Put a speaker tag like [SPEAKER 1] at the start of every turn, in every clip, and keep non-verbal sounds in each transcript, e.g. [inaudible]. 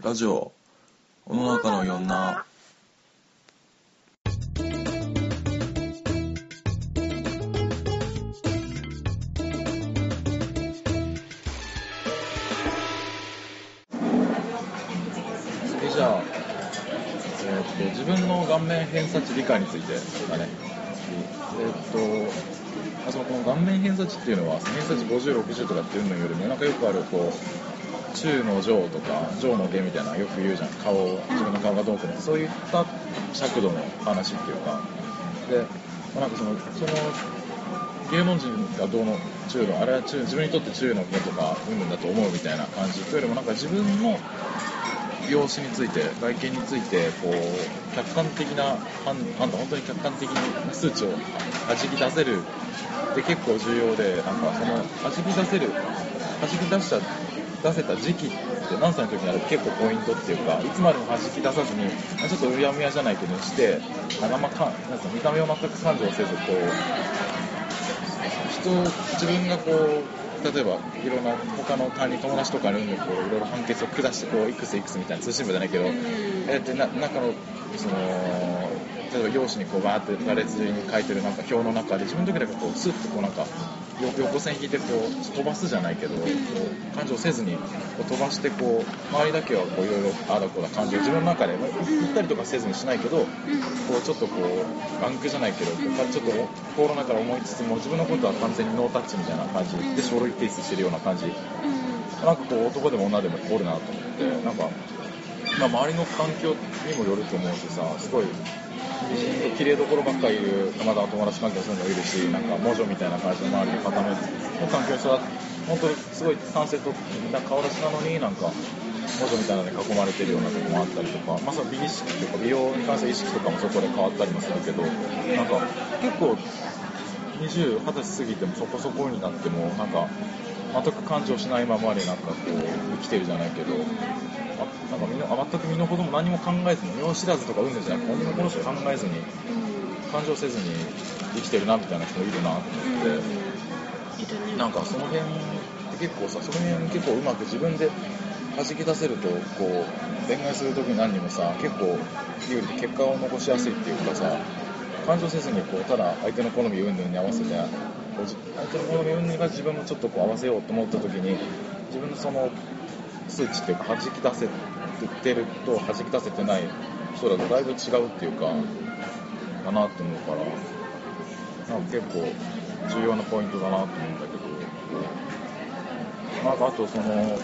[SPEAKER 1] ラジオ世の中のいろんな次じゃあ、えーっと自分の顔面偏差値理解についてだねえーっとあそのこの顔面偏差値っていうのは偏差値5060とかっていうのよりもなんかよくあるこう中の上とか上の下みたいなのよく言うじゃん顔を自分の顔がどうこうのそういった尺度の話っていうかで、まあなんかそのその芸能人がどうの中のあれは中自分にとって中の下とかうんぬんだと思うみたいな感じというよりもなんか自分の容姿について外見についてこう客観的な判判断本当に客観的に数値をはじき出せるで結構重要でなんかそのはじき出せるはじき出した出せた時期って何歳の時になると結構ポイントっていうかいつまでもはじき出さずにあちょっとうやむやじゃないけどしてあまかんなんか見た目を全く感情せずこう人自分がこう例えばいろんな他の他人友達とかにいろいろ判決を下してこういくついくつみたいな通信部じゃないけど、えってな中のその例えば用紙にこうバーって羅列順に書いてるなんか表の中で自分の時だけこうスッとこうなんかよ横線引いてこう飛ばすじゃないけど、こう感情せずにこう飛ばしてこう周りだけはこういろいろああだこうだ感情自分の中で言ったりとかせずにしないけど、こうちょっとこうランクじゃないけど、ちょっと心の中で思いつつも自分のことは完全にノータッチみたいな感じで書類提出してるような感じなんかこう男でも女でもおるなと思ってなんか、まあ、周りの環境にもよると思うしさすごい美人綺麗どころばっかいるまだお友達関係の人もいるしなんか魔女みたいな感じの周りの固めの環境に育って本当にすごい男性とな顔出しなのになんか魔女みたいなのに囲まれてるようなとこもあったりとか、まあ、その美意識とか美容に関する意識とかもそこで変わったりもするけどなんか結構20、20歳過ぎてもそこそこになっても、なんか、全く感情しないままで、なんかこう、生きてるじゃないけど、あなんか身のあ全く身のことも何も考えずに、世知らずとかうんぬんじゃなくて、この人考えずに、感情せずに生きてるなみたいな人いるなと思って、なんかその辺って結構さ、その辺結構うまく自分で弾き出せると、こう、恋愛する時に何にもさ、結構、有利で結果を残しやすいっていうかさ、感情せずにこうただ相手の好み云々に合わせてこうじ相手の好み云々が自分もちょっとこう合わせようと思った時に自分のその数値っていうか弾き出せてると弾き出せてない人だとだいぶ違うっていうかだなって思うからなんか結構重要なポイントだなと思うんだけどなんかあとその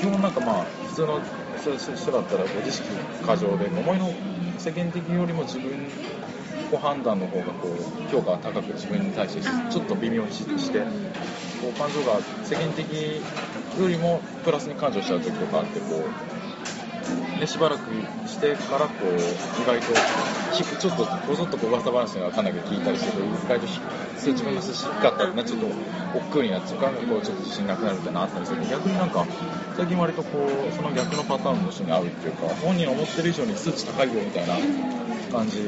[SPEAKER 1] 基本なんかまあ普通の人だったらご自意識過剰で思いの世間的よりも自分こう判断の方がこう評価が高く自分に対してちょっと微妙にししてこう感情が世間的よりもプラスに感情しちゃう時とかあってこうでしばらくしてからこう意外と低くちょっとこそっとこう噂話がかなり聞いたりしてると意外と低数値も低かったりなちょっと億劫になっちゃうからこうちょっと自信なくなるみたいなのあったりするけど逆になんか最近割とこうその逆のパターンの人に合うっていうか本人が思ってる以上に数値高いよみたいな感じ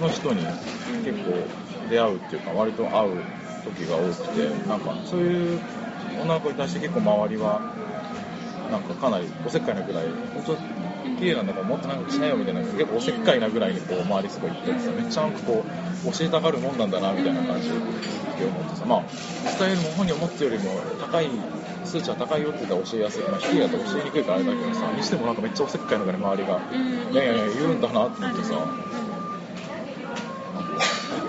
[SPEAKER 1] の人に結構出会うっていうか割と会う時が多くてなんかそういう女の子に対して結構周りはなんかかなりおせっかいなぐらい本当綺麗なんだからもっとなんかしないよみたいな結構おせっかいなぐらいにこう周りすごい言っててさめっちゃなんかこう教えたがるもんなんだなみたいな感じで思ってさまあ実際よりも本人思ったよりも高い数値は高いよって言ったら教えやすい、まあ、低いだと教えにくいからあれだけどさにしてもなんかめっちゃおせっかいなぐらい周りがいやいやいや言うんだなって思ってさなんか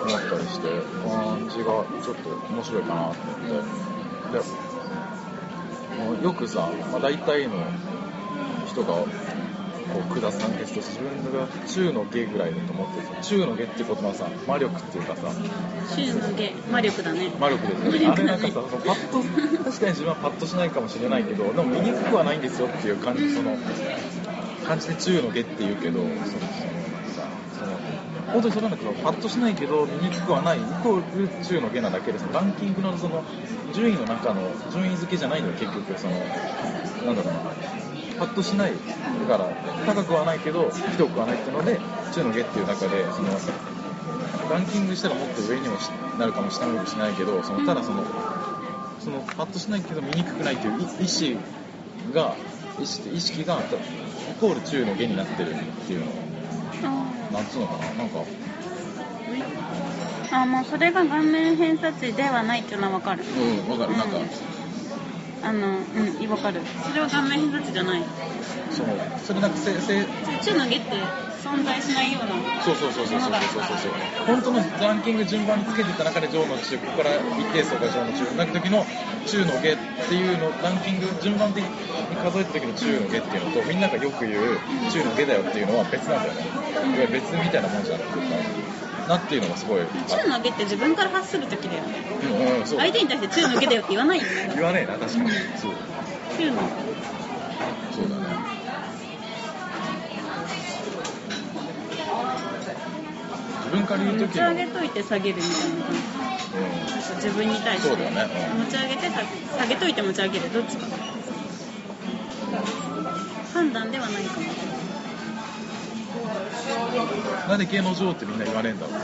[SPEAKER 1] 思ったりして感じがちょっと面白いかなって思ってでもうよくさ、まあ、大体の人がこう下す判決として自分が中の下ぐらいだと思ってるさ中の下って言葉はさ魔力っていうかさ
[SPEAKER 2] 週の下魔力だね
[SPEAKER 1] 魔力ですよねあれなんかさそのパッと確かに自分はパッとしないかもしれないけどでも醜くはないんですよっていう感じその感じで中の下って言うけどそのそのさその本当にそれなんだけどパッとしないけど醜くはないイコール中の下なだけでそのランキングのその順位の中の順位付けじゃないのよ結局そのなんだろうなパッとしないだから高くはないけど低くはないっていうので中の下っていう中でそのランキングしたらもっと上にもしなるかも下にもしないけどそのただそのそのパッとしないけど醜くないという意意思が意識意識がイコール中の下になってるっていうの
[SPEAKER 2] あ
[SPEAKER 1] なんつうのかななんか
[SPEAKER 2] ーねあまあそれが顔面偏差値ではないっていうのはわかる
[SPEAKER 1] うんわかる、なんか
[SPEAKER 2] うんあのうんわかるそれは顔面偏差値じゃない
[SPEAKER 1] そのそれなんかせせ
[SPEAKER 2] 中の下って存在しないような
[SPEAKER 1] そうそうそうそうそうそうそうそう本当のランキング順番につけていった中で上の中ここから一定層が上の中になる時の中の下っていうのランキング順番的に数えた時の中の下っていうのとみんながよく言う中の下だよっていうのは別なんだよねいわゆる別みたいなもんじゃなくてなっていうのがすごいあ
[SPEAKER 2] 中の下って自分から発する時だよね
[SPEAKER 1] うんうんそう
[SPEAKER 2] 相手に対して中の下だよって言わないよね
[SPEAKER 1] 言わねえな確かにそう
[SPEAKER 2] 中の
[SPEAKER 1] そうだね自分から言う
[SPEAKER 2] 持
[SPEAKER 1] 時
[SPEAKER 2] ち
[SPEAKER 1] の、う
[SPEAKER 2] 上
[SPEAKER 1] ん
[SPEAKER 2] げといて下げるみたいな感じなんか自分に対して
[SPEAKER 1] そうだねうん
[SPEAKER 2] 持ち上げて下下げといて持ち上げるどっちか判断ではないかも
[SPEAKER 1] なんで芸能女王ってみんな言わねえんだろう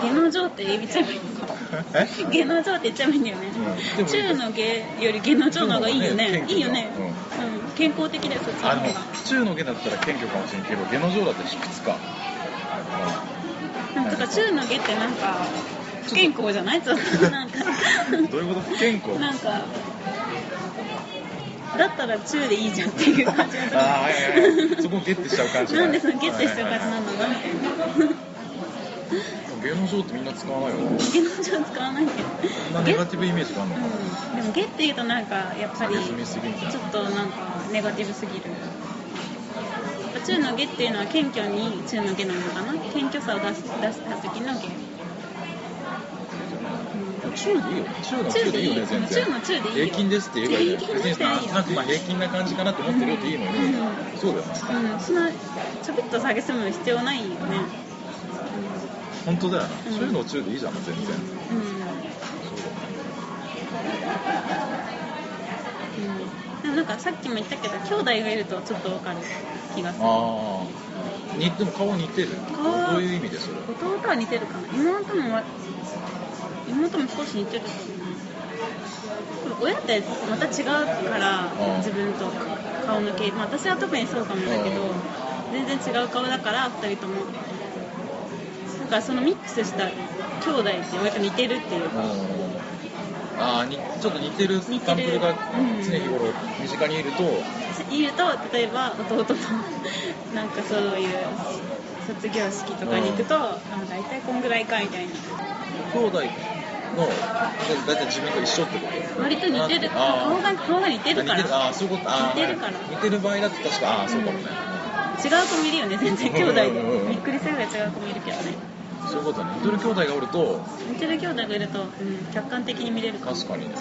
[SPEAKER 2] 下の上って言っちゃえばいいのか
[SPEAKER 1] え
[SPEAKER 2] 下の上って言っちゃえばいいんだよね、
[SPEAKER 1] うん
[SPEAKER 2] 中の下より下の上の方がいいよね
[SPEAKER 1] 中の方がね
[SPEAKER 2] いいよね、
[SPEAKER 1] うん
[SPEAKER 2] うん健康的だよそっちの
[SPEAKER 1] あ
[SPEAKER 2] 方が
[SPEAKER 1] の中の下だったら謙虚かもしれんけど下の上だったら卑屈か
[SPEAKER 2] なんか中の下ってなん
[SPEAKER 1] [laughs]
[SPEAKER 2] か不健康じゃないちょっとなんか
[SPEAKER 1] うんどういうこと不健康
[SPEAKER 2] なんかだったら中でいいじゃんっていう感じがす
[SPEAKER 1] あ
[SPEAKER 2] る
[SPEAKER 1] あはいはいはいそこをゲッてしちゃう感じだね
[SPEAKER 2] なんでそのゲットしてる感じなんだろうなみたいな
[SPEAKER 1] 芸能上ってみんな使わないよね
[SPEAKER 2] 芸能上使わないけど
[SPEAKER 1] そんなネガティブイメージがあるのかな
[SPEAKER 2] うんでもゲって言うとなんかやっぱり
[SPEAKER 1] 下げすみすぎみたいな
[SPEAKER 2] ちょっとなんかネガティブすぎる中のゲっていうのは謙虚に中のゲなのかな謙虚さを出し出した時のゲ
[SPEAKER 1] 中でいいよ中の中でいいよね全然
[SPEAKER 2] 中の中でいいよ
[SPEAKER 1] 平均ですって言えばいいよ
[SPEAKER 2] 平
[SPEAKER 1] 別
[SPEAKER 2] 均で
[SPEAKER 1] に
[SPEAKER 2] すって言えばいいよ
[SPEAKER 1] なんかまあ平均な感じかなと思ってるよっていいのよね
[SPEAKER 2] う
[SPEAKER 1] そうだよね
[SPEAKER 2] うんそのちょびっと下げすむ必要ないよね
[SPEAKER 1] 本当だよな
[SPEAKER 2] うん
[SPEAKER 1] 中の中でいいじゃん全然
[SPEAKER 2] うん、
[SPEAKER 1] そうだよね
[SPEAKER 2] うん、でもなんかさっきも言ったけど兄弟がいるとちょっとわかる気がする
[SPEAKER 1] ああ似ても顔似てる
[SPEAKER 2] 顔
[SPEAKER 1] どういう意味でそれ
[SPEAKER 2] 弟は似てるかな妹もわ妹も少し似てると思う親ってまた違うから
[SPEAKER 1] うん
[SPEAKER 2] 自分と顔の系、まあ、私は特にそうかもだけど
[SPEAKER 1] うん
[SPEAKER 2] 全然違う顔だから2人ともだからそのミックスした兄弟って割と似てるっていうか
[SPEAKER 1] ああにちょっと似てる
[SPEAKER 2] 似てる
[SPEAKER 1] サンプルが
[SPEAKER 2] うん
[SPEAKER 1] 常日頃身近にいると、
[SPEAKER 2] いると例えば弟と [laughs] なんかそういう卒業式とかに行くと、あ大体こんぐらいかみたいな
[SPEAKER 1] 兄弟の大体自分と一緒ってこと
[SPEAKER 2] 割と似てる
[SPEAKER 1] あ
[SPEAKER 2] 顔が顔が似てるか
[SPEAKER 1] あ似て
[SPEAKER 2] ら
[SPEAKER 1] あーそういうことあー
[SPEAKER 2] 似てるから
[SPEAKER 1] 似てる場合だと確かああそうかもね、
[SPEAKER 2] 違う子もいるよね全然兄弟
[SPEAKER 1] うんうんうんう
[SPEAKER 2] で
[SPEAKER 1] ん
[SPEAKER 2] びっくりするぐらい違う子もいるけどね
[SPEAKER 1] そういうことね似てる兄弟がおると
[SPEAKER 2] 似てる兄弟がいると、うん、客観的に見れるから
[SPEAKER 1] 確かにね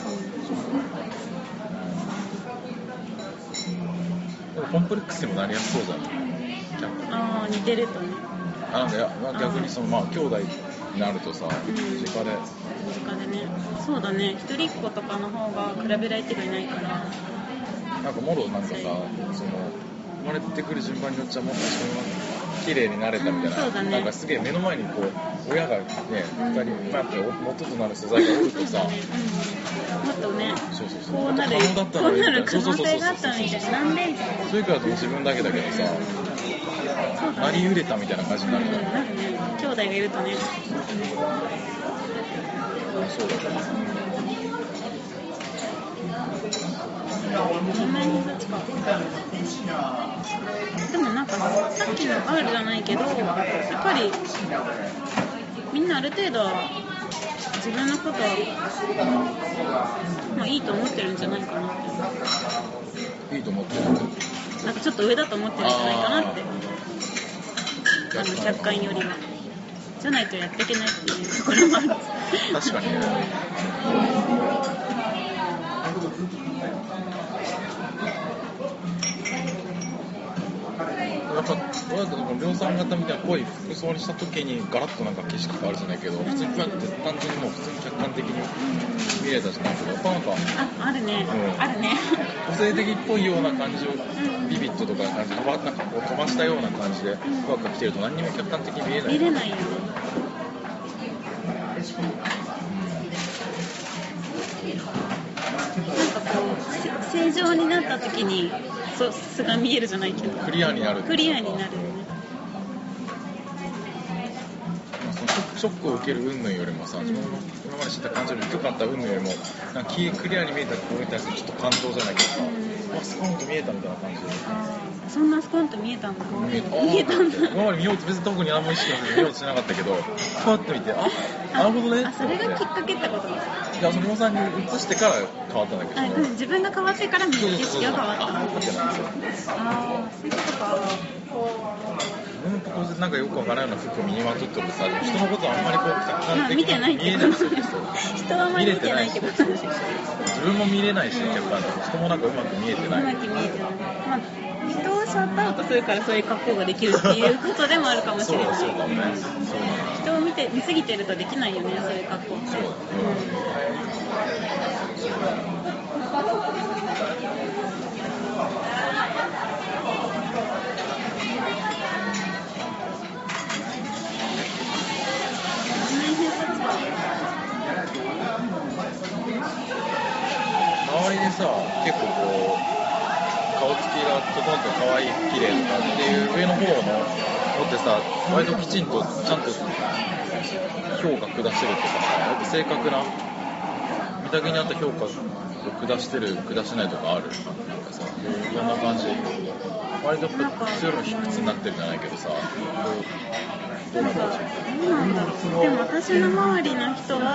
[SPEAKER 1] でもコンプレックスにもなりやすそうじゃない
[SPEAKER 2] ああ似てるとね
[SPEAKER 1] あなんかやまあ逆にそのまあ兄弟になるとさ
[SPEAKER 2] ん
[SPEAKER 1] 身近で
[SPEAKER 2] 身近でねそうだね一人っ子とかの方が比べられてがいないから
[SPEAKER 1] なんかもろなんかさその生まれてくる順番によっちゃもっと自分は綺麗になれたみたいな、
[SPEAKER 2] うんそうだね
[SPEAKER 1] なんかすげえ目の前にこう親がね
[SPEAKER 2] うん
[SPEAKER 1] 二人、まあ、やっぱり元となる素材がおるとさ
[SPEAKER 2] うんもっとね
[SPEAKER 1] そうそうそう
[SPEAKER 2] こうなる
[SPEAKER 1] 可能だった
[SPEAKER 2] こ
[SPEAKER 1] の
[SPEAKER 2] う
[SPEAKER 1] に
[SPEAKER 2] なる可
[SPEAKER 1] そうそ
[SPEAKER 2] 能
[SPEAKER 1] うそうそう
[SPEAKER 2] 性があったみたいななんでみたい
[SPEAKER 1] それから自分だけだけどさ
[SPEAKER 2] なそう
[SPEAKER 1] な
[SPEAKER 2] だ
[SPEAKER 1] り
[SPEAKER 2] ね
[SPEAKER 1] うれたみたいな感じ
[SPEAKER 2] う
[SPEAKER 1] に
[SPEAKER 2] ん
[SPEAKER 1] なるじゃん、
[SPEAKER 2] なんかね兄弟がいるとね
[SPEAKER 1] そうだよね
[SPEAKER 2] そんなにずつかでもなんかさっきの R じゃないけどやっぱりみんなある程度は自分のことは、まあ、いいと思ってるんじゃないかなって
[SPEAKER 1] いいと思ってる
[SPEAKER 2] なんかちょっと上だと思ってるんじゃないかなってあ
[SPEAKER 1] あ
[SPEAKER 2] の
[SPEAKER 1] ー
[SPEAKER 2] 客観よりはじゃないとやっていけないっていうところもある
[SPEAKER 1] 確かにねやっぱ親とか量産型みたいな濃い服装にした時にガラッとなんか景色変わるじゃないけど普通にこうやって単純にもう普通に客観的に見れたじゃないけどやっぱなんか
[SPEAKER 2] ああるね、
[SPEAKER 1] うん
[SPEAKER 2] あるね
[SPEAKER 1] 個性的っぽいような感じを
[SPEAKER 2] ん
[SPEAKER 1] ビビットとかの感じ飛ばなんかこう飛ばしたような感じでワクワクしてると何にも客観的に見えない
[SPEAKER 2] 見れないよねなんかこうせ正常になった時にそう素が見えるじゃないけど
[SPEAKER 1] クリアになる
[SPEAKER 2] クリアになるよね
[SPEAKER 1] まあそのショックショックを受ける云々よりもさ、
[SPEAKER 2] うん
[SPEAKER 1] 自分の今まで知った感情の低かった云々よりもなんかきクリアに見えたことに対してちょっと感動じゃないけどさ、
[SPEAKER 2] うん
[SPEAKER 1] わスコーンと見えたみたいな感じで。
[SPEAKER 2] あーそんなスコンと見えたんだ
[SPEAKER 1] 見えた
[SPEAKER 2] 見えたんだ
[SPEAKER 1] 今まで見ようと別に特に何も意識せず見ようとしなかったけどパッと見てあなるほどね
[SPEAKER 2] あそれがきっかけってこと
[SPEAKER 1] いやそのおさんに移してから変わったんだけど
[SPEAKER 2] あうん自分が変わってから見
[SPEAKER 1] そう
[SPEAKER 2] る景
[SPEAKER 1] そうそう
[SPEAKER 2] 色が変わった
[SPEAKER 1] あってなんですよ
[SPEAKER 2] ああそういうことか
[SPEAKER 1] 自分のとこでなんかよくわからないような服を身にまとってもさ人のことあんまりこう客
[SPEAKER 2] ま
[SPEAKER 1] 観
[SPEAKER 2] あ
[SPEAKER 1] 的
[SPEAKER 2] 見てない
[SPEAKER 1] に見
[SPEAKER 2] け
[SPEAKER 1] え
[SPEAKER 2] ど
[SPEAKER 1] ないし
[SPEAKER 2] [laughs] 人はあまり見てないけど
[SPEAKER 1] 見れてないしそうそう自分も見れないし客観的に人もなんかうまく見えて
[SPEAKER 2] う
[SPEAKER 1] な
[SPEAKER 2] ま
[SPEAKER 1] い
[SPEAKER 2] く見えてない、まあ、人をシャットアウトするからそういう格好ができるっていうことでもあるかもし
[SPEAKER 1] そう
[SPEAKER 2] れな
[SPEAKER 1] だ
[SPEAKER 2] い
[SPEAKER 1] そうだねそうだな
[SPEAKER 2] 人を見て見すぎてるとできないよねそういう格好って
[SPEAKER 1] そうだ周りでさ結構こう顔つきが整って可愛い綺麗とかっていう上の方の持ってさ割ときちんとちゃんと評価下してるっていうかさ割と正確な見た目に合った評価を下してる下してないとかあるなんかさいろんな感じ割とやっぱ普通よりも卑屈になってるじゃないけどさこうどう
[SPEAKER 2] な
[SPEAKER 1] なんん
[SPEAKER 2] か
[SPEAKER 1] だろう
[SPEAKER 2] どうなんだろうでも私の周りの人は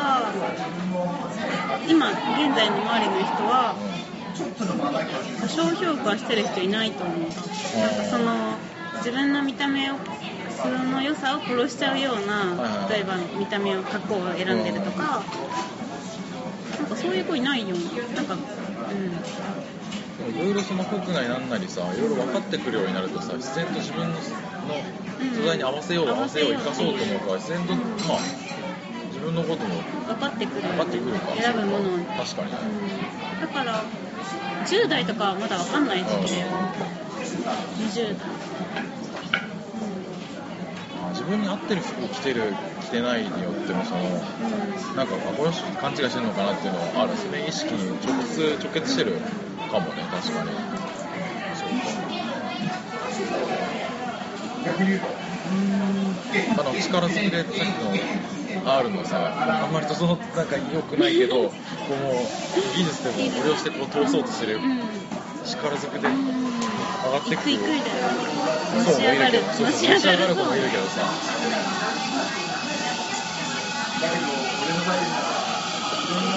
[SPEAKER 2] 今現在の周りの人は過小評価してる人いないと思うなんかその自分の見た目をその良さを殺しちゃうよう
[SPEAKER 1] はい
[SPEAKER 2] な
[SPEAKER 1] はい
[SPEAKER 2] 例えば見た目を格好を選んでるとかなんかそういう子いないよなんかうん
[SPEAKER 1] いろいろその国内なんなりさいろいろ分かってくるようになるとさ自然と自分の素材に合わせよう合わせよう生かそうと思うから自然とまあ自分のことも
[SPEAKER 2] 分かってくる
[SPEAKER 1] 分かってくるから
[SPEAKER 2] 選ぶものを
[SPEAKER 1] 確かにね
[SPEAKER 2] うんだから10代とかはまだ分かんない時期だよ20代
[SPEAKER 1] あ自分に合ってる服を着てる着てないによってもそのなんかあこの人勘違いしてるのかなっていうのはあるそれ意識に直接直結してるかもね確かにそうかあの力ずくでさっきの R のさあんまり整ってなんか良くないけどこうもう技術でもこれをしてこう通そうとしてる
[SPEAKER 2] うんうん
[SPEAKER 1] 力ずくで上がっ
[SPEAKER 2] い
[SPEAKER 1] てく
[SPEAKER 2] く
[SPEAKER 1] る
[SPEAKER 2] いくだよ
[SPEAKER 1] そう
[SPEAKER 2] のし上がる
[SPEAKER 1] そう
[SPEAKER 2] の
[SPEAKER 1] そう
[SPEAKER 2] し
[SPEAKER 1] 持ち上
[SPEAKER 2] 上
[SPEAKER 1] が
[SPEAKER 2] が
[SPEAKER 1] る
[SPEAKER 2] る
[SPEAKER 1] 子
[SPEAKER 2] そう
[SPEAKER 1] もいるけどさ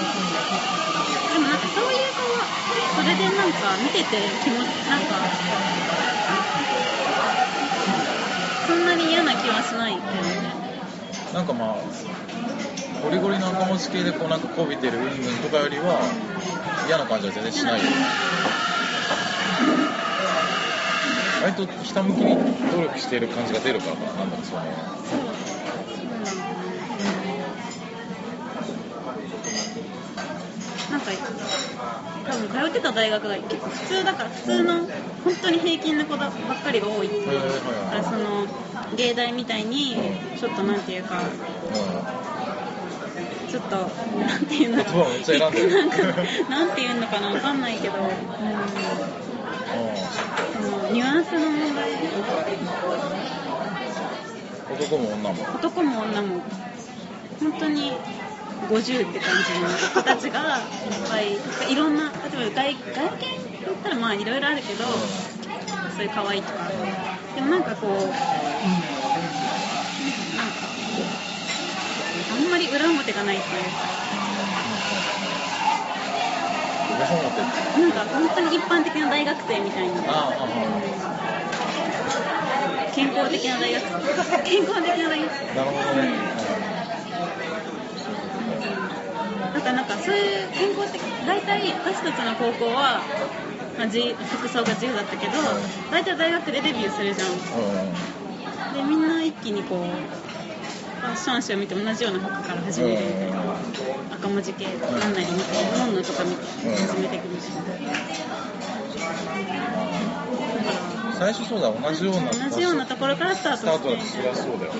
[SPEAKER 2] でもなんかそういう子はそれでなんか見てて気持ちなんかそんなに嫌な気はしないけどね
[SPEAKER 1] なんかまあゴリゴリの赤文字系でこうなんかこびてるうんとかよりは嫌な感じは全然しないよ割とひたむきに努力してる感じが出るからかななんだろうその
[SPEAKER 2] そうそうなんだねなんか多分通ってた大学が結構普通だから普通の本当に平均な子ばっかりが多いっていう
[SPEAKER 1] はいはい
[SPEAKER 2] だか
[SPEAKER 1] はい
[SPEAKER 2] らその芸大みたいにちょっとなんていうか
[SPEAKER 1] う
[SPEAKER 2] ちょっとなんていうのか
[SPEAKER 1] 言葉をめっちゃ選んでる
[SPEAKER 2] なんかなんていうのかなわかんないけど、うん、そ
[SPEAKER 1] んあ
[SPEAKER 2] のニュアンスの問題
[SPEAKER 1] あ男も女も
[SPEAKER 2] 男も女も本当に50って感じの子たちがいっぱいいろんな例えば外外見って言ったらまあいろいろあるけどそういう可愛いとかでもなんかこうなんかあんまり裏表がないっていうか
[SPEAKER 1] 裏表って
[SPEAKER 2] なんか本当に一般的な大学生みたい
[SPEAKER 1] あ
[SPEAKER 2] な
[SPEAKER 1] あああ
[SPEAKER 2] 健康的な大学生健康的な大学生
[SPEAKER 1] ああなるほどね
[SPEAKER 2] なんかなんかそういう健康的大体私たちの高校は、まあ、自由服装が自由だったけど大体大学でデビューするじゃん
[SPEAKER 1] うんうん
[SPEAKER 2] でみんな一気にこうファッション誌を見て同じような服から始めるみたいな赤文字系なんなりみたいな本のとか見て始めてくるしだか
[SPEAKER 1] 最初そうだ同じような
[SPEAKER 2] ら同じようなところからスター
[SPEAKER 1] スタ
[SPEAKER 2] ト
[SPEAKER 1] ートだ
[SPEAKER 2] し
[SPEAKER 1] とそり
[SPEAKER 2] て
[SPEAKER 1] ゃそうだよ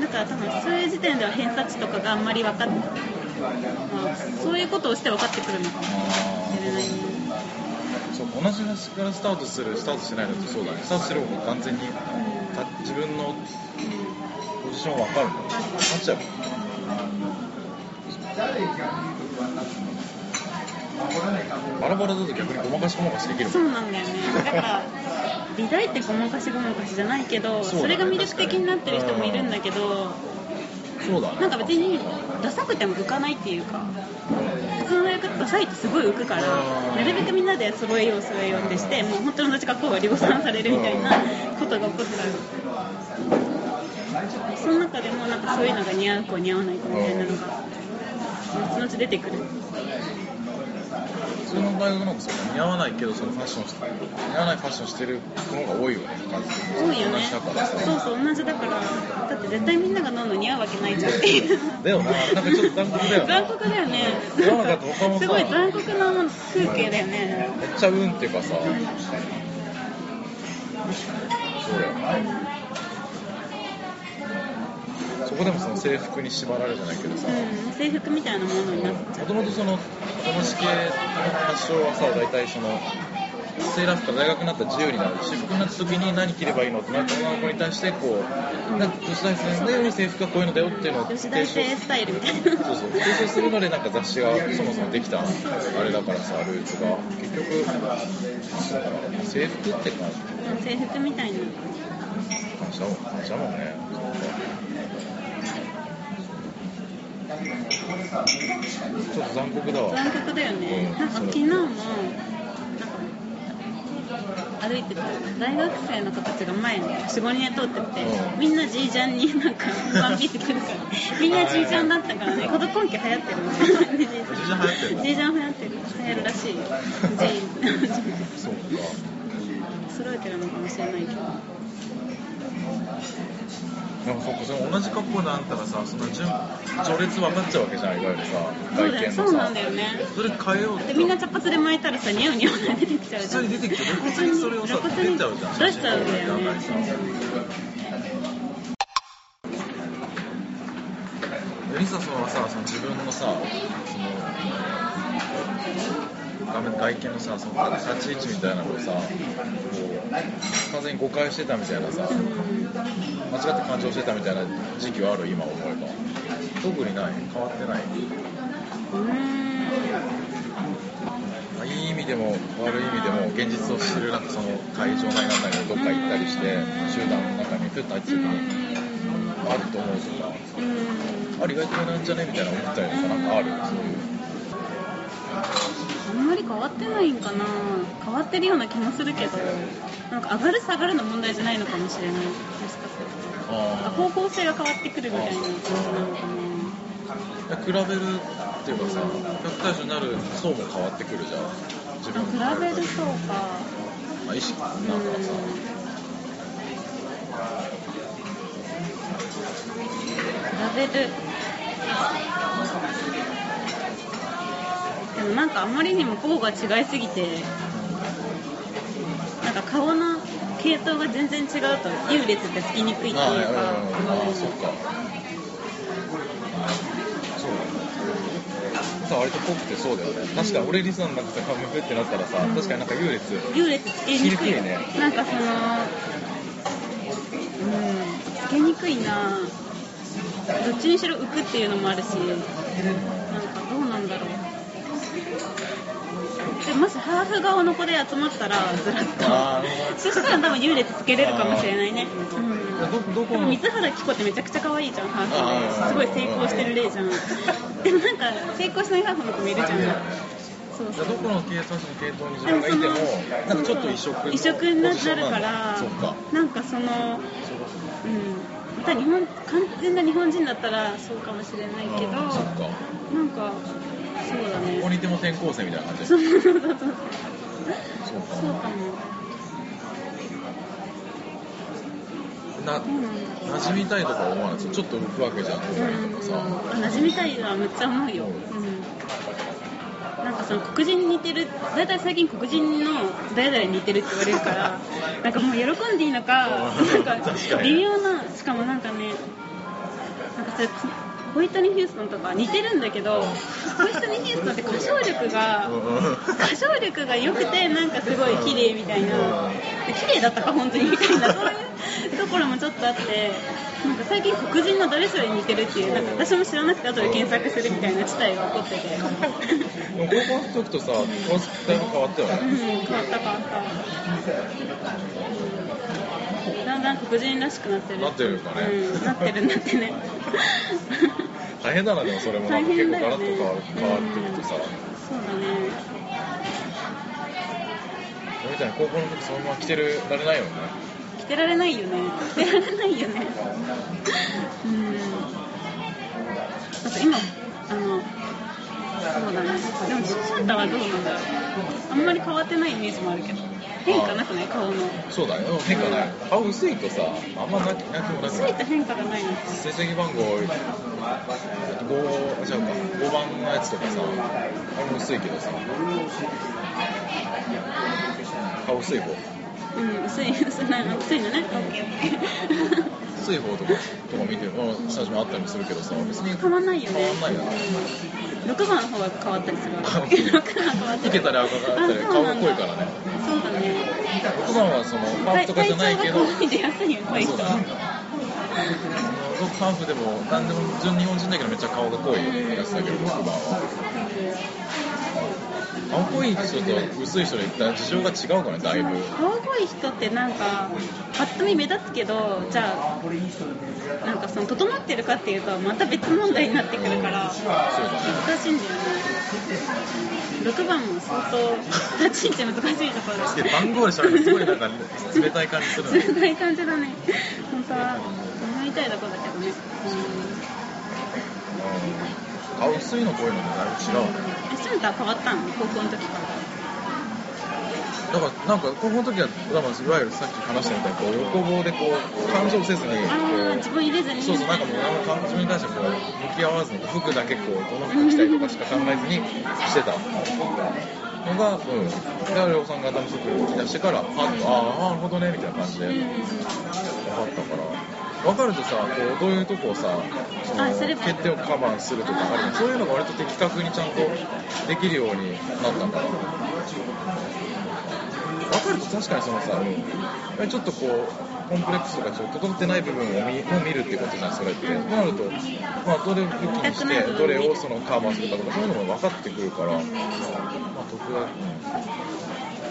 [SPEAKER 2] だから多分そういう時点では偏差値とかがあんまり分かって、まあ、そういうことをして分かってくるのかも
[SPEAKER 1] あ
[SPEAKER 2] しれないね
[SPEAKER 1] あそっ同じ端からスタートするスタートしないのとそうだねスタートしてる方が完全にた自分のポジション分かるもん分かっちゃうもんバラバラだと逆にごまかしごまかしできるも
[SPEAKER 2] そ
[SPEAKER 1] ん
[SPEAKER 2] うなんだよねだから美大ってごまかしごまかしじゃないけ
[SPEAKER 1] そう
[SPEAKER 2] どそ,、
[SPEAKER 1] だね
[SPEAKER 2] れが魅力的になってる人もいるんだけど
[SPEAKER 1] そうだね
[SPEAKER 2] なんか別にダサくても浮かないっていうか普通の役ってダサいってすごい浮くから
[SPEAKER 1] うん
[SPEAKER 2] なるべくみんなで揃えよう揃えようってしてもう本当の近くが量産されるみたいなことが起こっちゃうその中でもなんかそういうのが似合う子似合わない子みたいなのが後々出てくる
[SPEAKER 1] 普通の大学の子そうか似合わないけどそのファッションして似合わないファッションしてる子の方が多いよね感じ
[SPEAKER 2] 多いよ
[SPEAKER 1] 同
[SPEAKER 2] ね
[SPEAKER 1] じだからさ
[SPEAKER 2] そうそう同じだからだって絶対みんながどんどん似合うわけないじゃんっていう
[SPEAKER 1] だよななんかちょっと残酷だよな
[SPEAKER 2] [laughs] 残酷だよね
[SPEAKER 1] 世の中どこもさ
[SPEAKER 2] すごい残酷な風景だよね
[SPEAKER 1] めっちゃ運っていうかさそうだよなそこでもその制服に縛られるじゃないけどさ、
[SPEAKER 2] うん制服みたいなものになっちゃ
[SPEAKER 1] も
[SPEAKER 2] う
[SPEAKER 1] ともとその友達系の発祥はさ大体そのセーラー服から大学になったら自由になる私服になった時に何着ればいいのってなった女の子に対してこうなんか女子大生で制服はこういうのだよっていうのを提
[SPEAKER 2] 女
[SPEAKER 1] 唱
[SPEAKER 2] 子大生スタイルみたいな
[SPEAKER 1] そうそう提唱するのでなんか雑誌がそもそもできたあれだからさルーツが結局制服って感じ
[SPEAKER 2] 制服みたいな
[SPEAKER 1] 感じだもん感じだもんねちょっと残酷だわ
[SPEAKER 2] 残酷だよね
[SPEAKER 1] うん
[SPEAKER 2] なんか昨日もなんか歩いてた大学生の子たちが前に45人通ってって
[SPEAKER 1] うん
[SPEAKER 2] みんな G ジャンになんかワンピース着てるからみんな G ジャンだったからね子供今季流行ってるの G
[SPEAKER 1] ジャン流行ってるの
[SPEAKER 2] G ジャン流行ってる流行るらしいよ G
[SPEAKER 1] そうか
[SPEAKER 2] 揃えてるのかもしれないけど
[SPEAKER 1] でもそっかその同じ格好なんたらさその順序列分かっちゃうわけじゃんいわゆるさ
[SPEAKER 2] そうだよそうなんだよね
[SPEAKER 1] それ変えようっ
[SPEAKER 2] だっててみんな茶髪で巻いたらさ似合う似合わない出てきちゃうじゃん
[SPEAKER 1] 普通に出てきちゃう露骨にそれをさ
[SPEAKER 2] 露骨に
[SPEAKER 1] 出ちゃうじゃん
[SPEAKER 2] 出しちゃうわけだよね
[SPEAKER 1] 写真とかでリサさんはさその自分のさその画面外見のさその立ち位置みたいなのをさこう完全に誤解してたみたいなさ間違って感情してたみたいな時期はある今思えば特にない変わってない
[SPEAKER 2] うんうー
[SPEAKER 1] まあいい意味でも悪い意味でも現実を知るなんかその会場内なんだけどどっか行ったりして集団の中にふっと入ってた時に
[SPEAKER 2] ん
[SPEAKER 1] あると思うとか
[SPEAKER 2] うん
[SPEAKER 1] あれ意外となんじゃねみたいな思ったりとかなんかあるそういう
[SPEAKER 2] あんまり変わってないんかな変わってるような気もするけどなんか上がる下がるの問題じゃないのかもしれないもしかするとな
[SPEAKER 1] あ
[SPEAKER 2] んか方向性が変わってくるみたいな感じなのか
[SPEAKER 1] あ
[SPEAKER 2] な
[SPEAKER 1] 比べるっていうかさ百対象になる層も変わってくるじゃん自分
[SPEAKER 2] あ比べる
[SPEAKER 1] と
[SPEAKER 2] そうか
[SPEAKER 1] まあ意識
[SPEAKER 2] うん
[SPEAKER 1] なんかさ
[SPEAKER 2] 比べるでもなんかあまりにもこうが違いすぎてなんか顔の系統が全然違うと優劣ってつきにくいっていう
[SPEAKER 1] ま
[SPEAKER 2] か
[SPEAKER 1] あねうんあ
[SPEAKER 2] う
[SPEAKER 1] あ
[SPEAKER 2] ん
[SPEAKER 1] そっかそうだねさあ割と濃くてそうだよね確かに俺リサの中でカムフってなったらさ
[SPEAKER 2] うん
[SPEAKER 1] 確かになんか優劣
[SPEAKER 2] 優劣つけにくい
[SPEAKER 1] つけにくいね
[SPEAKER 2] なんかそのうんつけにくいなどっちにしろ浮くっていうのもあるしなんかどうなんだろうでもしハーフ顔の子で集まったらずらっ
[SPEAKER 1] あ
[SPEAKER 2] とそしたら多分優劣つけれるかもしれないね
[SPEAKER 1] ー
[SPEAKER 2] うん
[SPEAKER 1] どどこ
[SPEAKER 2] でも
[SPEAKER 1] の
[SPEAKER 2] 水原希子ってめちゃくちゃ可愛いじゃんハー
[SPEAKER 1] あー
[SPEAKER 2] フですごい成功してる例じゃんでもなんか成功しないハーフの子もいるじゃんそう
[SPEAKER 1] じ
[SPEAKER 2] そ
[SPEAKER 1] ゃあ
[SPEAKER 2] う
[SPEAKER 1] どこの系統の系統に自分がいてもなんかちょっと異色の
[SPEAKER 2] 異色になるから
[SPEAKER 1] そっか
[SPEAKER 2] なんかそのうんまた日本完全な日本人だったらそうかもしれないけど
[SPEAKER 1] あーそっか
[SPEAKER 2] なんかそうだ
[SPEAKER 1] ここ
[SPEAKER 2] ね
[SPEAKER 1] にいても転校生みたいな感じ
[SPEAKER 2] そ
[SPEAKER 1] そう
[SPEAKER 2] うそうそうそうそう
[SPEAKER 1] か
[SPEAKER 2] かも
[SPEAKER 1] な
[SPEAKER 2] そうなんだ
[SPEAKER 1] 馴染みたいとか思わないですちょっと浮くわけじゃんここにとかさ
[SPEAKER 2] うん馴染みたいのはめっちゃ思うよ、うん、なんかその黒人に似てる大体最近黒人の誰々に似てるって言われるからなんかもう喜んでいいのか
[SPEAKER 1] うん
[SPEAKER 2] なんか
[SPEAKER 1] 確かに
[SPEAKER 2] 微妙なしかもなんかねなんかそれホイットニー・ヒューストンとか似てるんだけど、ホイットニー・ヒューストンって歌唱力が、歌唱力が良くて、なんかすごい綺麗みたいな、綺麗だったか、本当にみたいな、そういうところもちょっとあって、なんか最近、黒人の誰それに似てるっていう、なんか私も知らなくて、後で検索するみたいな事態が起こってて、
[SPEAKER 1] でも高校の時とさ、コンセプトが変わったよ
[SPEAKER 2] う
[SPEAKER 1] ね。
[SPEAKER 2] ん、変わった、変わった。だんだん黒人らしくなってる。
[SPEAKER 1] なってるかね
[SPEAKER 2] うん、なってる、 [laughs] なってね。
[SPEAKER 1] 大変だな、でもそれもなんか
[SPEAKER 2] 大
[SPEAKER 1] 結構
[SPEAKER 2] 変だ
[SPEAKER 1] ガ
[SPEAKER 2] よ
[SPEAKER 1] ラッと
[SPEAKER 2] ね
[SPEAKER 1] 変わる変わってきてさ、
[SPEAKER 2] そうだね。
[SPEAKER 1] 俺みたいに高校の時そのまま着てるられないよね。
[SPEAKER 2] 着てられないよね。着てられないよね。うん。あと今、あの、そうだね。でも、シャンタはどうなんだろう。あんまり変わってないイメージもあるけど。変化なくない顔の。
[SPEAKER 1] そうだよ、変化ない。顔薄いとさ、あんまなきなくもなく
[SPEAKER 2] 薄
[SPEAKER 1] ないい
[SPEAKER 2] と。変化がないのか。
[SPEAKER 1] 成績番号5、違うか、5番のやつとかさ、あれも薄いけどさ、顔薄い方。
[SPEAKER 2] うん、薄い、薄いな、薄いのね。オッケーオッケ
[SPEAKER 1] [laughs]
[SPEAKER 2] ー。
[SPEAKER 1] 薄い方とかとか見てる、まあ、最初もあったりもするけどさ、別に
[SPEAKER 2] 変わんないよね。
[SPEAKER 1] 変わんないよね。
[SPEAKER 2] うん。6番の方が変わったりするわ
[SPEAKER 1] [laughs]
[SPEAKER 2] け。6番変わったりする。
[SPEAKER 1] 受けたり赤かったり
[SPEAKER 2] あ
[SPEAKER 1] 顔が濃いからね。
[SPEAKER 2] そうなんだそ
[SPEAKER 1] 奥さんはそ
[SPEAKER 2] うだね。
[SPEAKER 1] のハーフとかじゃないけど、
[SPEAKER 2] 体調がこう出やすいよ、こういう
[SPEAKER 1] そう
[SPEAKER 2] 人
[SPEAKER 1] だ
[SPEAKER 2] は。
[SPEAKER 1] ねあの僕ハーフでも何でも純日本人だけどめっちゃ顔が濃いやつだけど僕は顔濃い人と薄い人で事情が違うからねだいぶ
[SPEAKER 2] 顔濃い人ってなんかぱっと見目立つけどじゃあなんかその整ってるかっていうとまた別問題になってくるから
[SPEAKER 1] そうだね
[SPEAKER 2] 難しいんだよね6番も相当立ち位置難しいところ
[SPEAKER 1] すげえ番号でしゃべるのすごいなんか冷たい感じするね
[SPEAKER 2] 冷たい感じだね本当は思いたいとこだけどねうん
[SPEAKER 1] うん顔薄いの濃いのもだいぶ違うね
[SPEAKER 2] えシャンタは変わったの高校の時か
[SPEAKER 1] だ
[SPEAKER 2] ら
[SPEAKER 1] からなんか高校の時は多分いわゆるさっき話したみたいにこう横棒でこう感情せずにこ
[SPEAKER 2] ああ
[SPEAKER 1] う
[SPEAKER 2] 自分入れずに
[SPEAKER 1] そうそう、なんかもう、あんま自分に対してこう、向き合わずに、服だけこう、どの服着たりとかしか考えずにしてたのが、うん。で、りょうさんが多分服を着出してから、パッと、ああ、なるほどね、みたいな感じで、
[SPEAKER 2] うん
[SPEAKER 1] 分かったから。分かるとさ、こう、どういうとこをさ、その
[SPEAKER 2] あすればいい
[SPEAKER 1] 欠点をカバーするとかあるのそういうのが割と的確にちゃんとできるようになったから。分かると確かにそのさ、うんちょっとこうコンプレックスとかちょっと整ってない部分を見を見るってことじゃんそれって、
[SPEAKER 2] うん
[SPEAKER 1] なると、まあ、どれを武器に
[SPEAKER 2] 全くな
[SPEAKER 1] して
[SPEAKER 2] い部分
[SPEAKER 1] どれをそのカーバーするかとかそういうのも分かってくるから、まあ、得だ、うん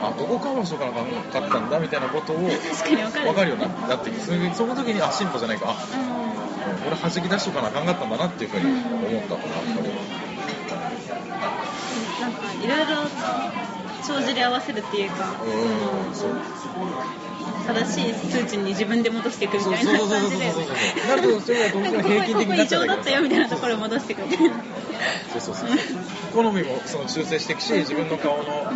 [SPEAKER 1] あどこカーバーしようかなかったんだみたいなことを
[SPEAKER 2] 確かに分かる
[SPEAKER 1] 分かるようになってきてそれその時にあ進歩じゃないかあ
[SPEAKER 2] うん
[SPEAKER 1] 俺弾き出しとかなあかんかったんだなっていうふうに思ったからやっぱり。
[SPEAKER 2] なんかいろいろ帳尻合わせるっていうか、
[SPEAKER 1] うん
[SPEAKER 2] そ
[SPEAKER 1] そう
[SPEAKER 2] の正しい数値に自分で戻していくみたい
[SPEAKER 1] そう
[SPEAKER 2] な
[SPEAKER 1] そうそうそう
[SPEAKER 2] 感
[SPEAKER 1] そ
[SPEAKER 2] じ
[SPEAKER 1] う
[SPEAKER 2] で
[SPEAKER 1] そうなるとそれはどうしても平均的になっちゃう
[SPEAKER 2] ここここ異常だったよみたいなところを戻していくみたいな
[SPEAKER 1] そうそうそう好みもその修正していくし自分の顔のあの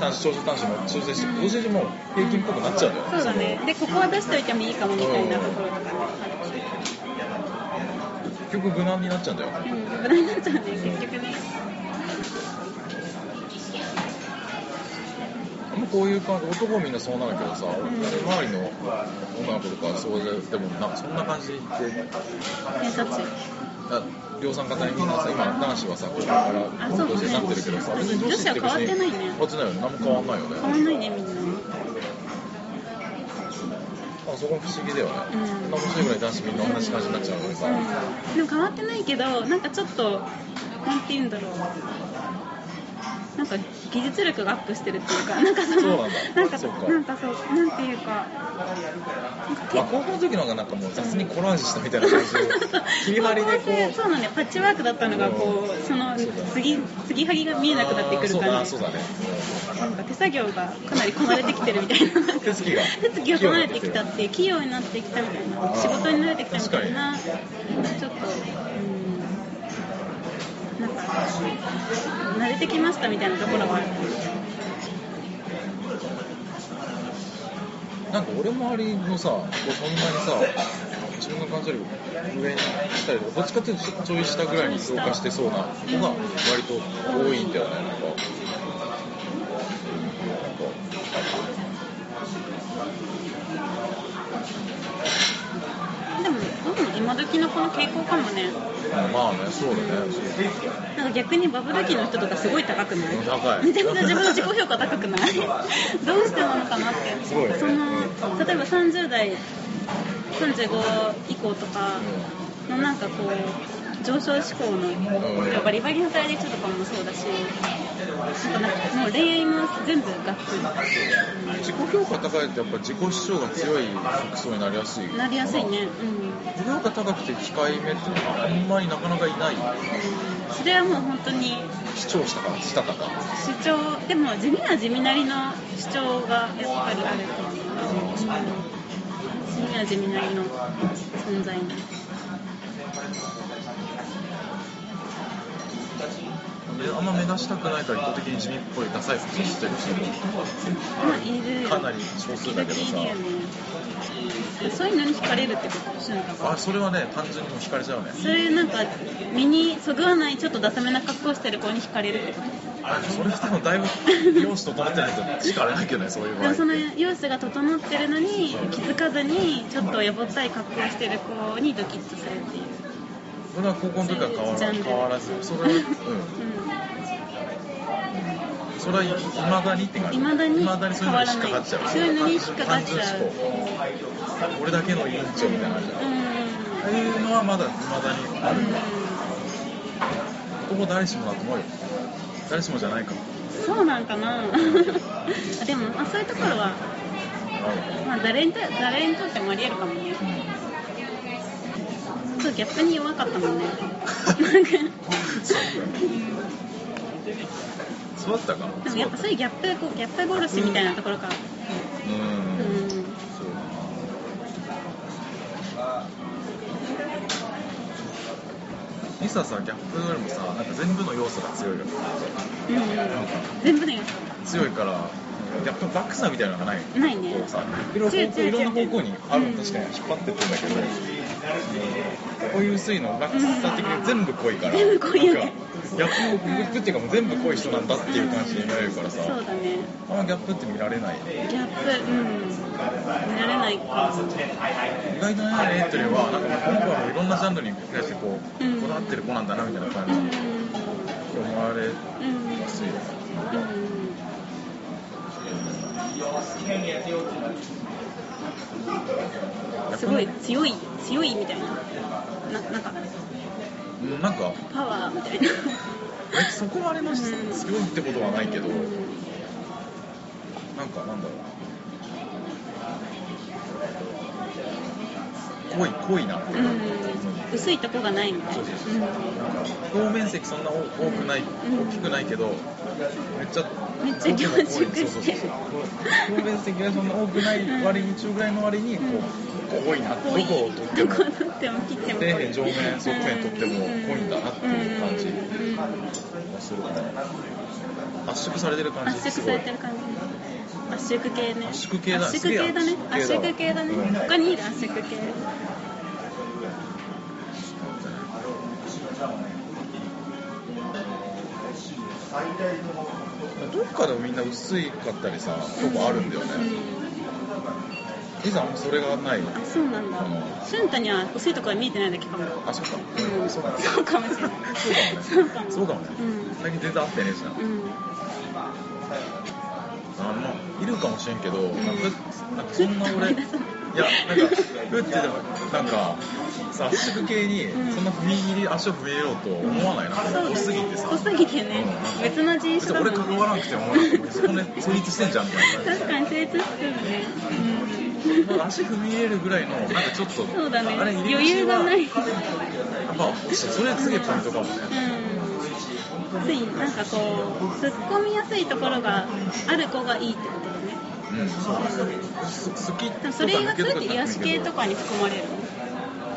[SPEAKER 1] 短所長所短所も修正していく同時にもう平均っぽくなっちゃうんだよ
[SPEAKER 2] そうだねでここは出しておいてもいいかもみたいなところとかね
[SPEAKER 1] その結局無難になっちゃうんだよ
[SPEAKER 2] うん無駄になっちゃうね結局ね
[SPEAKER 1] あんまこういう感じ男はみんなそうなんだけどさ周りの女の子とかはそうででもなんかそんな感じで
[SPEAKER 2] 偏差値
[SPEAKER 1] あ量産型にみんなさ今男子はさこれからコントしてなってるけどさ
[SPEAKER 2] あそう
[SPEAKER 1] 別
[SPEAKER 2] だね
[SPEAKER 1] に女子って別に
[SPEAKER 2] 女子は変わってないね
[SPEAKER 1] 変わってないよね何も変わんないよね
[SPEAKER 2] 変わんないねみんな
[SPEAKER 1] あそこも不思議だよね、
[SPEAKER 2] うん
[SPEAKER 1] そんな面白いぐらい男子みんな同じ感じになっちゃうのにさ、
[SPEAKER 2] うんでも変わってないけどなんかちょっとなんて言うんだろうなんか技術力がアップしてるっていう
[SPEAKER 1] [laughs]
[SPEAKER 2] かなんかその
[SPEAKER 1] そうなんだ
[SPEAKER 2] か
[SPEAKER 1] そうか
[SPEAKER 2] なんかそうなんていうか
[SPEAKER 1] まあ、高校の時の方がなんかもう雑にコラージュしたみたいな感 [laughs] じで切り張りでこ
[SPEAKER 2] 高校って
[SPEAKER 1] う
[SPEAKER 2] そうなんだよパッチワークだったのがこうその
[SPEAKER 1] そうだね
[SPEAKER 2] 継ぎ継ぎはぎが見えなくなってくるから
[SPEAKER 1] あーそうだあーそうだね
[SPEAKER 2] なんか手作業がかなりこなれてきてるみたいな
[SPEAKER 1] 手つきが
[SPEAKER 2] [laughs] 手つきがこなれてきたっていう器用になってきたみたいな仕事に慣れてきたみたいなちょっとうんなんか慣れてきましたみたいなところはある
[SPEAKER 1] なんか俺周りのさこうそんなにさ自分の感情より上にしたりとかどっちかっていうとちょい下ぐらいに増加してそうな子が割と多いんだよねなんか。
[SPEAKER 2] 今時のこの傾向かもね
[SPEAKER 1] まあね、そうだね。
[SPEAKER 2] なんか逆にバブル期の人とかすごい高くない
[SPEAKER 1] 高い
[SPEAKER 2] めちゃくちゃ自分の自己評価高くない [laughs] どうしてなのかなって
[SPEAKER 1] すごいよね
[SPEAKER 2] その例えば30代35以降とかのなんかこう上昇志向の
[SPEAKER 1] ん
[SPEAKER 2] やっぱリバリの対立とかもそうだしなんかなんかもう恋愛も全部がっつ
[SPEAKER 1] 自己評価高いとやっぱ自己主張が強い服装になりやすい。
[SPEAKER 2] りなりやすいね。うん
[SPEAKER 1] 自己評価高くて控えめっていうのがあんまりなかなかいない。
[SPEAKER 2] それはもう本当に
[SPEAKER 1] 主張したか、したたか。
[SPEAKER 2] 主張でも地味な地味なりの主張がやっぱりあると思う、うん、地味な地味なりの存在に
[SPEAKER 1] であんま目立ちたくないから意図的に地味っぽいダサい服装してる人
[SPEAKER 2] まあいる
[SPEAKER 1] もかなり少数だけど
[SPEAKER 2] 時
[SPEAKER 1] さ
[SPEAKER 2] 々いるよねそういうのに惹かれるってこと俊太
[SPEAKER 1] あ
[SPEAKER 2] が
[SPEAKER 1] それはね単純にもう惹かれちゃうね
[SPEAKER 2] そういうなんか身にそぐわないちょっとダサめな格好してる子に惹かれるってこと
[SPEAKER 1] あそれは多分だいぶ容姿整ってないと惹かれないけどねそういう
[SPEAKER 2] で
[SPEAKER 1] 場合
[SPEAKER 2] もその様子が整ってるのに気づかずにちょっとやぼったい格好してる子にドキッとするっていう
[SPEAKER 1] 俺は高校の時は変わら
[SPEAKER 2] ジャンル
[SPEAKER 1] 変わらずそれはうんそれはいまだにって感じ
[SPEAKER 2] いまだに
[SPEAKER 1] 未だにそういうのに引っかかっちゃう
[SPEAKER 2] そういうのに引っかかっちゃう
[SPEAKER 1] 単純思考俺だけの委員長みたいな感じだ
[SPEAKER 2] うん
[SPEAKER 1] ああいうのはまだいまだにあるんだここ誰しもだと思うよ誰しもじゃないかも
[SPEAKER 2] そうなんかなでも、まあ、そういうところは、
[SPEAKER 1] あるのかな
[SPEAKER 2] まあ、誰にと誰にとってもありえるかもね
[SPEAKER 1] うん
[SPEAKER 2] そうギャップに弱かった
[SPEAKER 1] [laughs]
[SPEAKER 2] もんねなんか
[SPEAKER 1] そうだったかな
[SPEAKER 2] でもやっぱそういうギャップこうギャップ殺しみたいなところから
[SPEAKER 1] う
[SPEAKER 2] うん
[SPEAKER 1] んそうミサさギャップよりもさなんか全部の要素が強いよ
[SPEAKER 2] うん、うん、全部のや
[SPEAKER 1] 強いからギャップのバックさみたいなのがない
[SPEAKER 2] つないね
[SPEAKER 1] こうさいろいろ方向いろんな方向にあるの確かに引っ張ってってんだけど、こういう薄いのバックさ的に全部濃いから、
[SPEAKER 2] 全部濃いよね
[SPEAKER 1] なんかギャップもギャップっていうかもう全部濃い人なんだっていう感じで見られるからさ
[SPEAKER 2] そうだね
[SPEAKER 1] あんまギャップって見られない
[SPEAKER 2] ギャップうん見られないか
[SPEAKER 1] 意外だねというよりはなんかこの子はいろんなジャンルに対してこう、
[SPEAKER 2] うん
[SPEAKER 1] こだわってる子なんだなみたいな感
[SPEAKER 2] う
[SPEAKER 1] じ
[SPEAKER 2] ん
[SPEAKER 1] で思われや
[SPEAKER 2] うんうん
[SPEAKER 1] すいよね
[SPEAKER 2] うんすごい強い強いみたいなななんか
[SPEAKER 1] うんなんか
[SPEAKER 2] パワーみたいな
[SPEAKER 1] えそこはあれまし
[SPEAKER 2] うん
[SPEAKER 1] 強いってことはないけどなんかなんだろう濃い濃いなっていうう、
[SPEAKER 2] ん薄いとこがないみたい
[SPEAKER 1] そ
[SPEAKER 2] な
[SPEAKER 1] うそうそうなんか表面積そんな多多くない、
[SPEAKER 2] うん
[SPEAKER 1] 大きくないけどめっちゃ
[SPEAKER 2] めっちゃ凝縮して
[SPEAKER 1] そうそうそうそう表面積がそんな多くない割に中ぐらいの割にこうこう多いなど
[SPEAKER 2] うん、
[SPEAKER 1] こを取っても
[SPEAKER 2] どこを取っても切っても
[SPEAKER 1] 底辺上面側面取っても濃いんだなっていう感じ
[SPEAKER 2] うんうん
[SPEAKER 1] がするかね圧縮されてる感じ
[SPEAKER 2] 圧縮
[SPEAKER 1] す
[SPEAKER 2] さ
[SPEAKER 1] ごい
[SPEAKER 2] れてる感じ圧縮系ね
[SPEAKER 1] 圧縮系だ
[SPEAKER 2] 圧縮系だね
[SPEAKER 1] 好きだ
[SPEAKER 2] 圧縮系だね
[SPEAKER 1] うん
[SPEAKER 2] 他にいる圧縮系
[SPEAKER 1] どっかでもみんな薄いかったりさとこあるんだよ
[SPEAKER 2] う
[SPEAKER 1] ね
[SPEAKER 2] ん
[SPEAKER 1] いざもうそれがない
[SPEAKER 2] あそうなんだ俊太には薄いところは見えてないだけかも
[SPEAKER 1] あそうか
[SPEAKER 2] うん
[SPEAKER 1] そ
[SPEAKER 2] そう
[SPEAKER 1] かも
[SPEAKER 2] うかもしれない
[SPEAKER 1] そうかもね
[SPEAKER 2] そうかも
[SPEAKER 1] ね最近全然会ってねえじゃん
[SPEAKER 2] うん
[SPEAKER 1] あまあいるかもしれんけど、
[SPEAKER 2] ん
[SPEAKER 1] なんかなんかそんな俺いやなんかふってでもなんかさ圧縮系に
[SPEAKER 2] うん
[SPEAKER 1] そんな踏み切り足を踏み入れようと思わないな
[SPEAKER 2] そう
[SPEAKER 1] 濃、
[SPEAKER 2] だね
[SPEAKER 1] すぎてさ
[SPEAKER 2] 濃すぎてね別の人
[SPEAKER 1] 別
[SPEAKER 2] 種
[SPEAKER 1] に
[SPEAKER 2] だ
[SPEAKER 1] 俺
[SPEAKER 2] も
[SPEAKER 1] 関
[SPEAKER 2] んね
[SPEAKER 1] わらなくても思わなくてもそこね成立してんじゃんみたいな
[SPEAKER 2] 確かに成立してるね
[SPEAKER 1] まあ足踏み入れるぐらいのなんかちょっと
[SPEAKER 2] うんそうだね
[SPEAKER 1] あれ入り口は
[SPEAKER 2] 余裕がないうん
[SPEAKER 1] まあそれ次ポイントかもね、
[SPEAKER 2] ついなんかこう突っ込みやすいところがある子がいいってことだね
[SPEAKER 1] うんそうす好きと
[SPEAKER 2] で
[SPEAKER 1] か
[SPEAKER 2] もそれが
[SPEAKER 1] 抜け
[SPEAKER 2] そう
[SPEAKER 1] と
[SPEAKER 2] や
[SPEAKER 1] かじゃな
[SPEAKER 2] って癒
[SPEAKER 1] く
[SPEAKER 2] して
[SPEAKER 1] もいい
[SPEAKER 2] 系
[SPEAKER 1] けど
[SPEAKER 2] とかに含まれる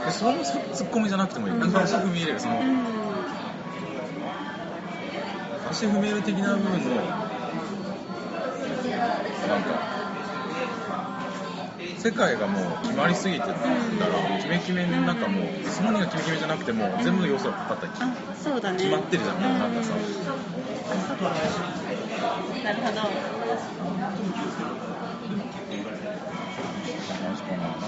[SPEAKER 1] でそのツッコミじゃなくてもいい、なんか足踏み入れるその、
[SPEAKER 2] うん
[SPEAKER 1] 足踏み入れ的な部分のなんか世界がもう決まりすぎてたからキメキメになんかもうその何がキメキメじゃなくても全部の要素がかかったり
[SPEAKER 2] あそうだね
[SPEAKER 1] 決まってるじゃんもうなんかさ
[SPEAKER 2] うんなるほ
[SPEAKER 1] な
[SPEAKER 2] ど
[SPEAKER 1] 感じかな。なんか、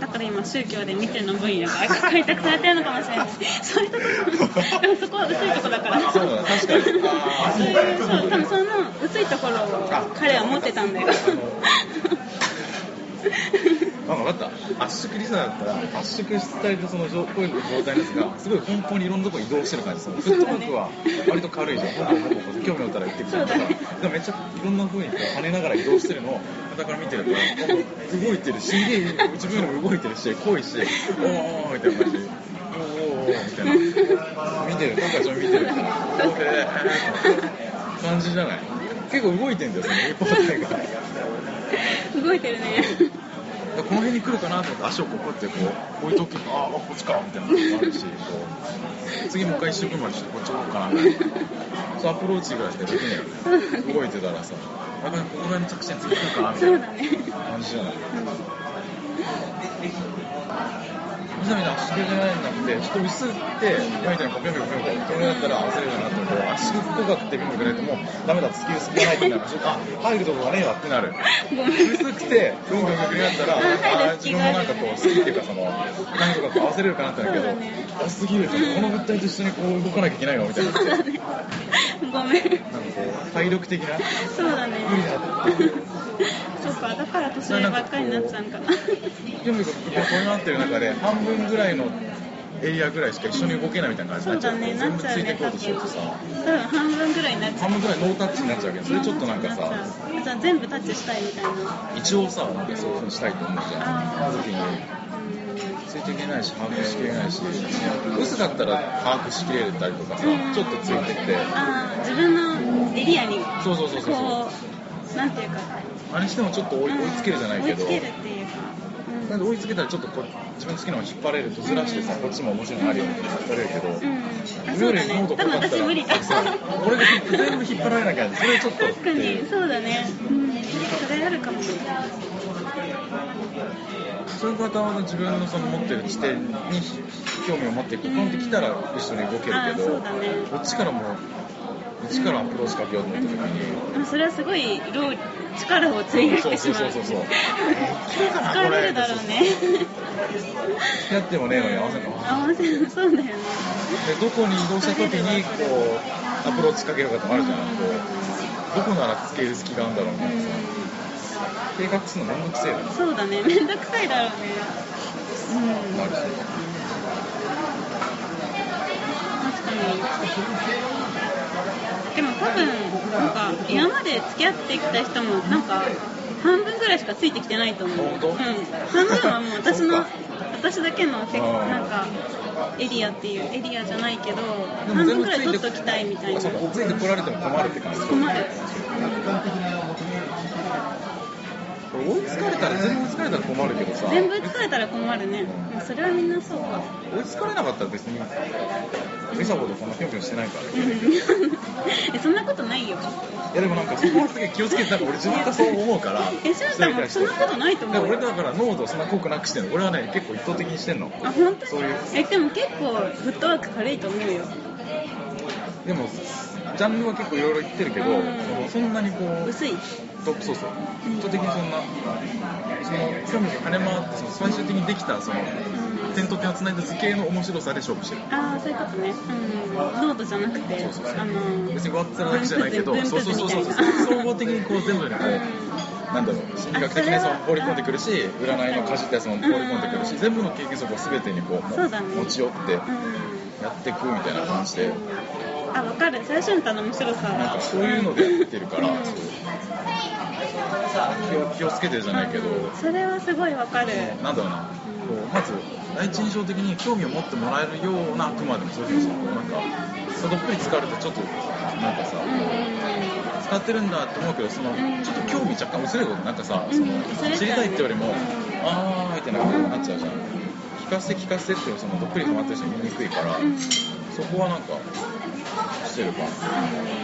[SPEAKER 2] だから今宗教で見ての分野が開拓されてるのかもしれないそういうところでもそこは薄いところだから
[SPEAKER 1] そうだね確かに
[SPEAKER 2] そういうそう多分その薄いところを彼は持ってたんだよ
[SPEAKER 1] なんか分かった、圧縮リスナーだったら、圧縮したりとその上声の状態ですが、すごい根本にいろんなとこ移動してる感じ、そのフットワークは割と軽いじゃん、ポンポンポンポン興味持ったら行ってくるとか、
[SPEAKER 2] そうだ
[SPEAKER 1] だ
[SPEAKER 2] ね
[SPEAKER 1] からめっちゃいろんな風にこう跳ねながら移動してるのを、だから見てると、お動いてるし、自分よりも動いてるし、濃いし、おーおーみたいな感じ。おーおーおーみたいな見てる、なんか自分見てるみ
[SPEAKER 2] [laughs]
[SPEAKER 1] たいな、オーケー感じじゃない結構動いてんだよ、そのレポートが。
[SPEAKER 2] 動いてるね
[SPEAKER 1] この辺に来るかなと思って足をこうこうやってこう置いとくとああこっちかみたいなのもあるしこう次もう一回一周分までちょっとこっち置こうかなみたいなそうアプローチぐらいしかできないよね動いてたらさあここぐらいの着地点次来るかなみた
[SPEAKER 2] そ
[SPEAKER 1] いうな
[SPEAKER 2] だね
[SPEAKER 1] 感じじゃないみなみな足毛じゃないんだってちょっと薄ってみたいなこうピョンピョンピョンピョンこれだったら焦れるなって思う足毛っぽくってピョンピョンくれてもうダメだ突き薄くないってなるちょっとあ入るとこがねえわってなる
[SPEAKER 2] ごめん
[SPEAKER 1] 薄くて、どんどん薄くなったら、あー自分もなんかこう、好きっていうか、その、なんとかこう合わせれるかなってなるけ
[SPEAKER 2] そ
[SPEAKER 1] ど
[SPEAKER 2] うだね、
[SPEAKER 1] あ、すぎる、この物体と一緒にこう動かなきゃいけないのみたいな。なんかこ
[SPEAKER 2] ごめん
[SPEAKER 1] う、体力的な。
[SPEAKER 2] そうだね
[SPEAKER 1] 無理だ
[SPEAKER 2] そうかだから年上ばっかりになっちゃうんかな
[SPEAKER 1] でも、こうなってる中で、半分ぐらいのエリアぐらいしか一緒に動けないみたいな感じになっちゃう。
[SPEAKER 2] そうだね
[SPEAKER 1] 全部
[SPEAKER 2] な
[SPEAKER 1] つ
[SPEAKER 2] っちゃう
[SPEAKER 1] いて
[SPEAKER 2] ね
[SPEAKER 1] こうとしようとさ、
[SPEAKER 2] 多分半分ぐらいになっちゃう
[SPEAKER 1] 半分ぐらいノータッチになっちゃうわけど、それちょっとなんかさ、
[SPEAKER 2] じゃあ全部タッチしたいみたいな
[SPEAKER 1] 一応さ、なんかそういうふうにしたいと思うじゃん。
[SPEAKER 2] あー
[SPEAKER 1] その時に。
[SPEAKER 2] う
[SPEAKER 1] ついていけないし把握しきれないし嘘だったら把握しきれたりとかさ
[SPEAKER 2] うん
[SPEAKER 1] ちょっとついてきて
[SPEAKER 2] んあー自分のエリアに
[SPEAKER 1] そうそうそうそう
[SPEAKER 2] こうなんていうか
[SPEAKER 1] あれしてもちょっと追い追いつけるじゃないけど
[SPEAKER 2] 追いつけるっていうかうん
[SPEAKER 1] なんで追いつけたらちょっとこう自分の好きなのを引っ張れるとずらしてさ
[SPEAKER 2] うん
[SPEAKER 1] こっちも面白いのあるよって引っ張れるけど
[SPEAKER 2] うんあ
[SPEAKER 1] 自
[SPEAKER 2] そ
[SPEAKER 1] 分よ
[SPEAKER 2] う
[SPEAKER 1] り
[SPEAKER 2] だ
[SPEAKER 1] 濃度濃かっ
[SPEAKER 2] ね多分
[SPEAKER 1] たら
[SPEAKER 2] 私無理だ
[SPEAKER 1] そう俺が全部引っ張られなきゃそれちょっと
[SPEAKER 2] 確か
[SPEAKER 1] ってい
[SPEAKER 2] に
[SPEAKER 1] う
[SPEAKER 2] そうだねうんそれあるかもね
[SPEAKER 1] そういう方は自分のその持ってる地点に興味を持ってここまで来たら一緒に動ける
[SPEAKER 2] あ
[SPEAKER 1] け
[SPEAKER 2] ーそう
[SPEAKER 1] ど
[SPEAKER 2] だね
[SPEAKER 1] こっちからもこっちからアプローチかけようと思った時に
[SPEAKER 2] でもそれはすごい労力を費やしてしまう
[SPEAKER 1] そうそうそうそうそう
[SPEAKER 2] 疲れるだろうね
[SPEAKER 1] 付き合ってもねえのに合わせるの
[SPEAKER 2] 合わせるそうだよ
[SPEAKER 1] で
[SPEAKER 2] ね
[SPEAKER 1] どこに移動した時にこうアプローチかけるかとかあるじゃんこうどこならつける隙があるんだろうみたいなさ計画するのめんどくせえだな
[SPEAKER 2] そうだねめんどくさいだろうねうん
[SPEAKER 1] なるし
[SPEAKER 2] 確かにでも多分なんか今まで付き合ってきた人もなんか半分ぐらいしかついてきてないと思う
[SPEAKER 1] 本当
[SPEAKER 2] うん、半分はもう私
[SPEAKER 1] そ
[SPEAKER 2] の
[SPEAKER 1] っか
[SPEAKER 2] 私だけのせ
[SPEAKER 1] あー
[SPEAKER 2] なんかエリアっていうエリアじゃないけど
[SPEAKER 1] でも
[SPEAKER 2] 半
[SPEAKER 1] 全
[SPEAKER 2] 分
[SPEAKER 1] 部
[SPEAKER 2] ぐ
[SPEAKER 1] つ
[SPEAKER 2] らい取
[SPEAKER 1] い
[SPEAKER 2] っときたいみた
[SPEAKER 1] て
[SPEAKER 2] い
[SPEAKER 1] あ
[SPEAKER 2] な
[SPEAKER 1] そうかついてこられても困るって感じ
[SPEAKER 2] 困る
[SPEAKER 1] これ追いつかれたら全部追いつかれたら困るけどさ
[SPEAKER 2] 全部疲れたら困るねうんそれはみんなそうか [laughs]
[SPEAKER 1] 追いつかれなかったら別にミサほどこんなぴょんぴょんしてないから
[SPEAKER 2] うんえそんなことないよ
[SPEAKER 1] いやでもなんかそこはすげえ気をつけてなんか俺自分がそう思うから
[SPEAKER 2] え翔太もそんなことないと思うよ
[SPEAKER 1] だから俺だから濃度をそんな濃くなくしてんの俺はね結構一等的にしてんの
[SPEAKER 2] あ本当
[SPEAKER 1] そういう
[SPEAKER 2] えでも結構フットワーク軽いと思うよ
[SPEAKER 1] でもジャンルは結構いろいろ言ってるけど、
[SPEAKER 2] うん
[SPEAKER 1] そのそんなにこう
[SPEAKER 2] 薄い
[SPEAKER 1] トップそうそう一等的にそんなその興味が跳ね回ってその最終的にできたその
[SPEAKER 2] うん
[SPEAKER 1] 点と点をつないだ図形の面白さで勝負してる
[SPEAKER 2] ああそういうことね、うん、ノートじゃなくて
[SPEAKER 1] そうそうそう
[SPEAKER 2] あの
[SPEAKER 1] 別に上っ面だけじゃないけど
[SPEAKER 2] 分
[SPEAKER 1] そう
[SPEAKER 2] 布図
[SPEAKER 1] そうそうそう
[SPEAKER 2] 分布図みたいな
[SPEAKER 1] 総合的にこう全部にこう、なんだろう心理学的にその放り込んでくるし占いの家事ってやつも放り込んでくるし
[SPEAKER 2] うん
[SPEAKER 1] 全部の経験則を全てにこう
[SPEAKER 2] そうだね
[SPEAKER 1] 持ち寄って
[SPEAKER 2] う
[SPEAKER 1] やっていくみたいな感じで
[SPEAKER 2] んあ分かる最初に頼む白さ
[SPEAKER 1] なんかそういうのでやってるから
[SPEAKER 2] うん
[SPEAKER 1] そう気を気をつけてるじゃないけど
[SPEAKER 2] うんそれはすごい分かる
[SPEAKER 1] なんだろうなこうまず第一印象的に興味を持ってもらえるようなあくまでもそういうこうなんかそどっぷり使うとちょっとなんかさ
[SPEAKER 2] う
[SPEAKER 1] 使ってるんだって思うけどその
[SPEAKER 2] ん
[SPEAKER 1] ちょっと興味若干薄れることなんかさ、
[SPEAKER 2] うん
[SPEAKER 1] その
[SPEAKER 2] 薄れち
[SPEAKER 1] 知
[SPEAKER 2] ゃうね
[SPEAKER 1] りたいってよりも、
[SPEAKER 2] うん
[SPEAKER 1] あーみたいなことになっちゃうじゃん、聞かせて聞かせてってそのどっぷりハマってる人見にくいから、
[SPEAKER 2] んうん
[SPEAKER 1] そこはなんかしてるか
[SPEAKER 2] あの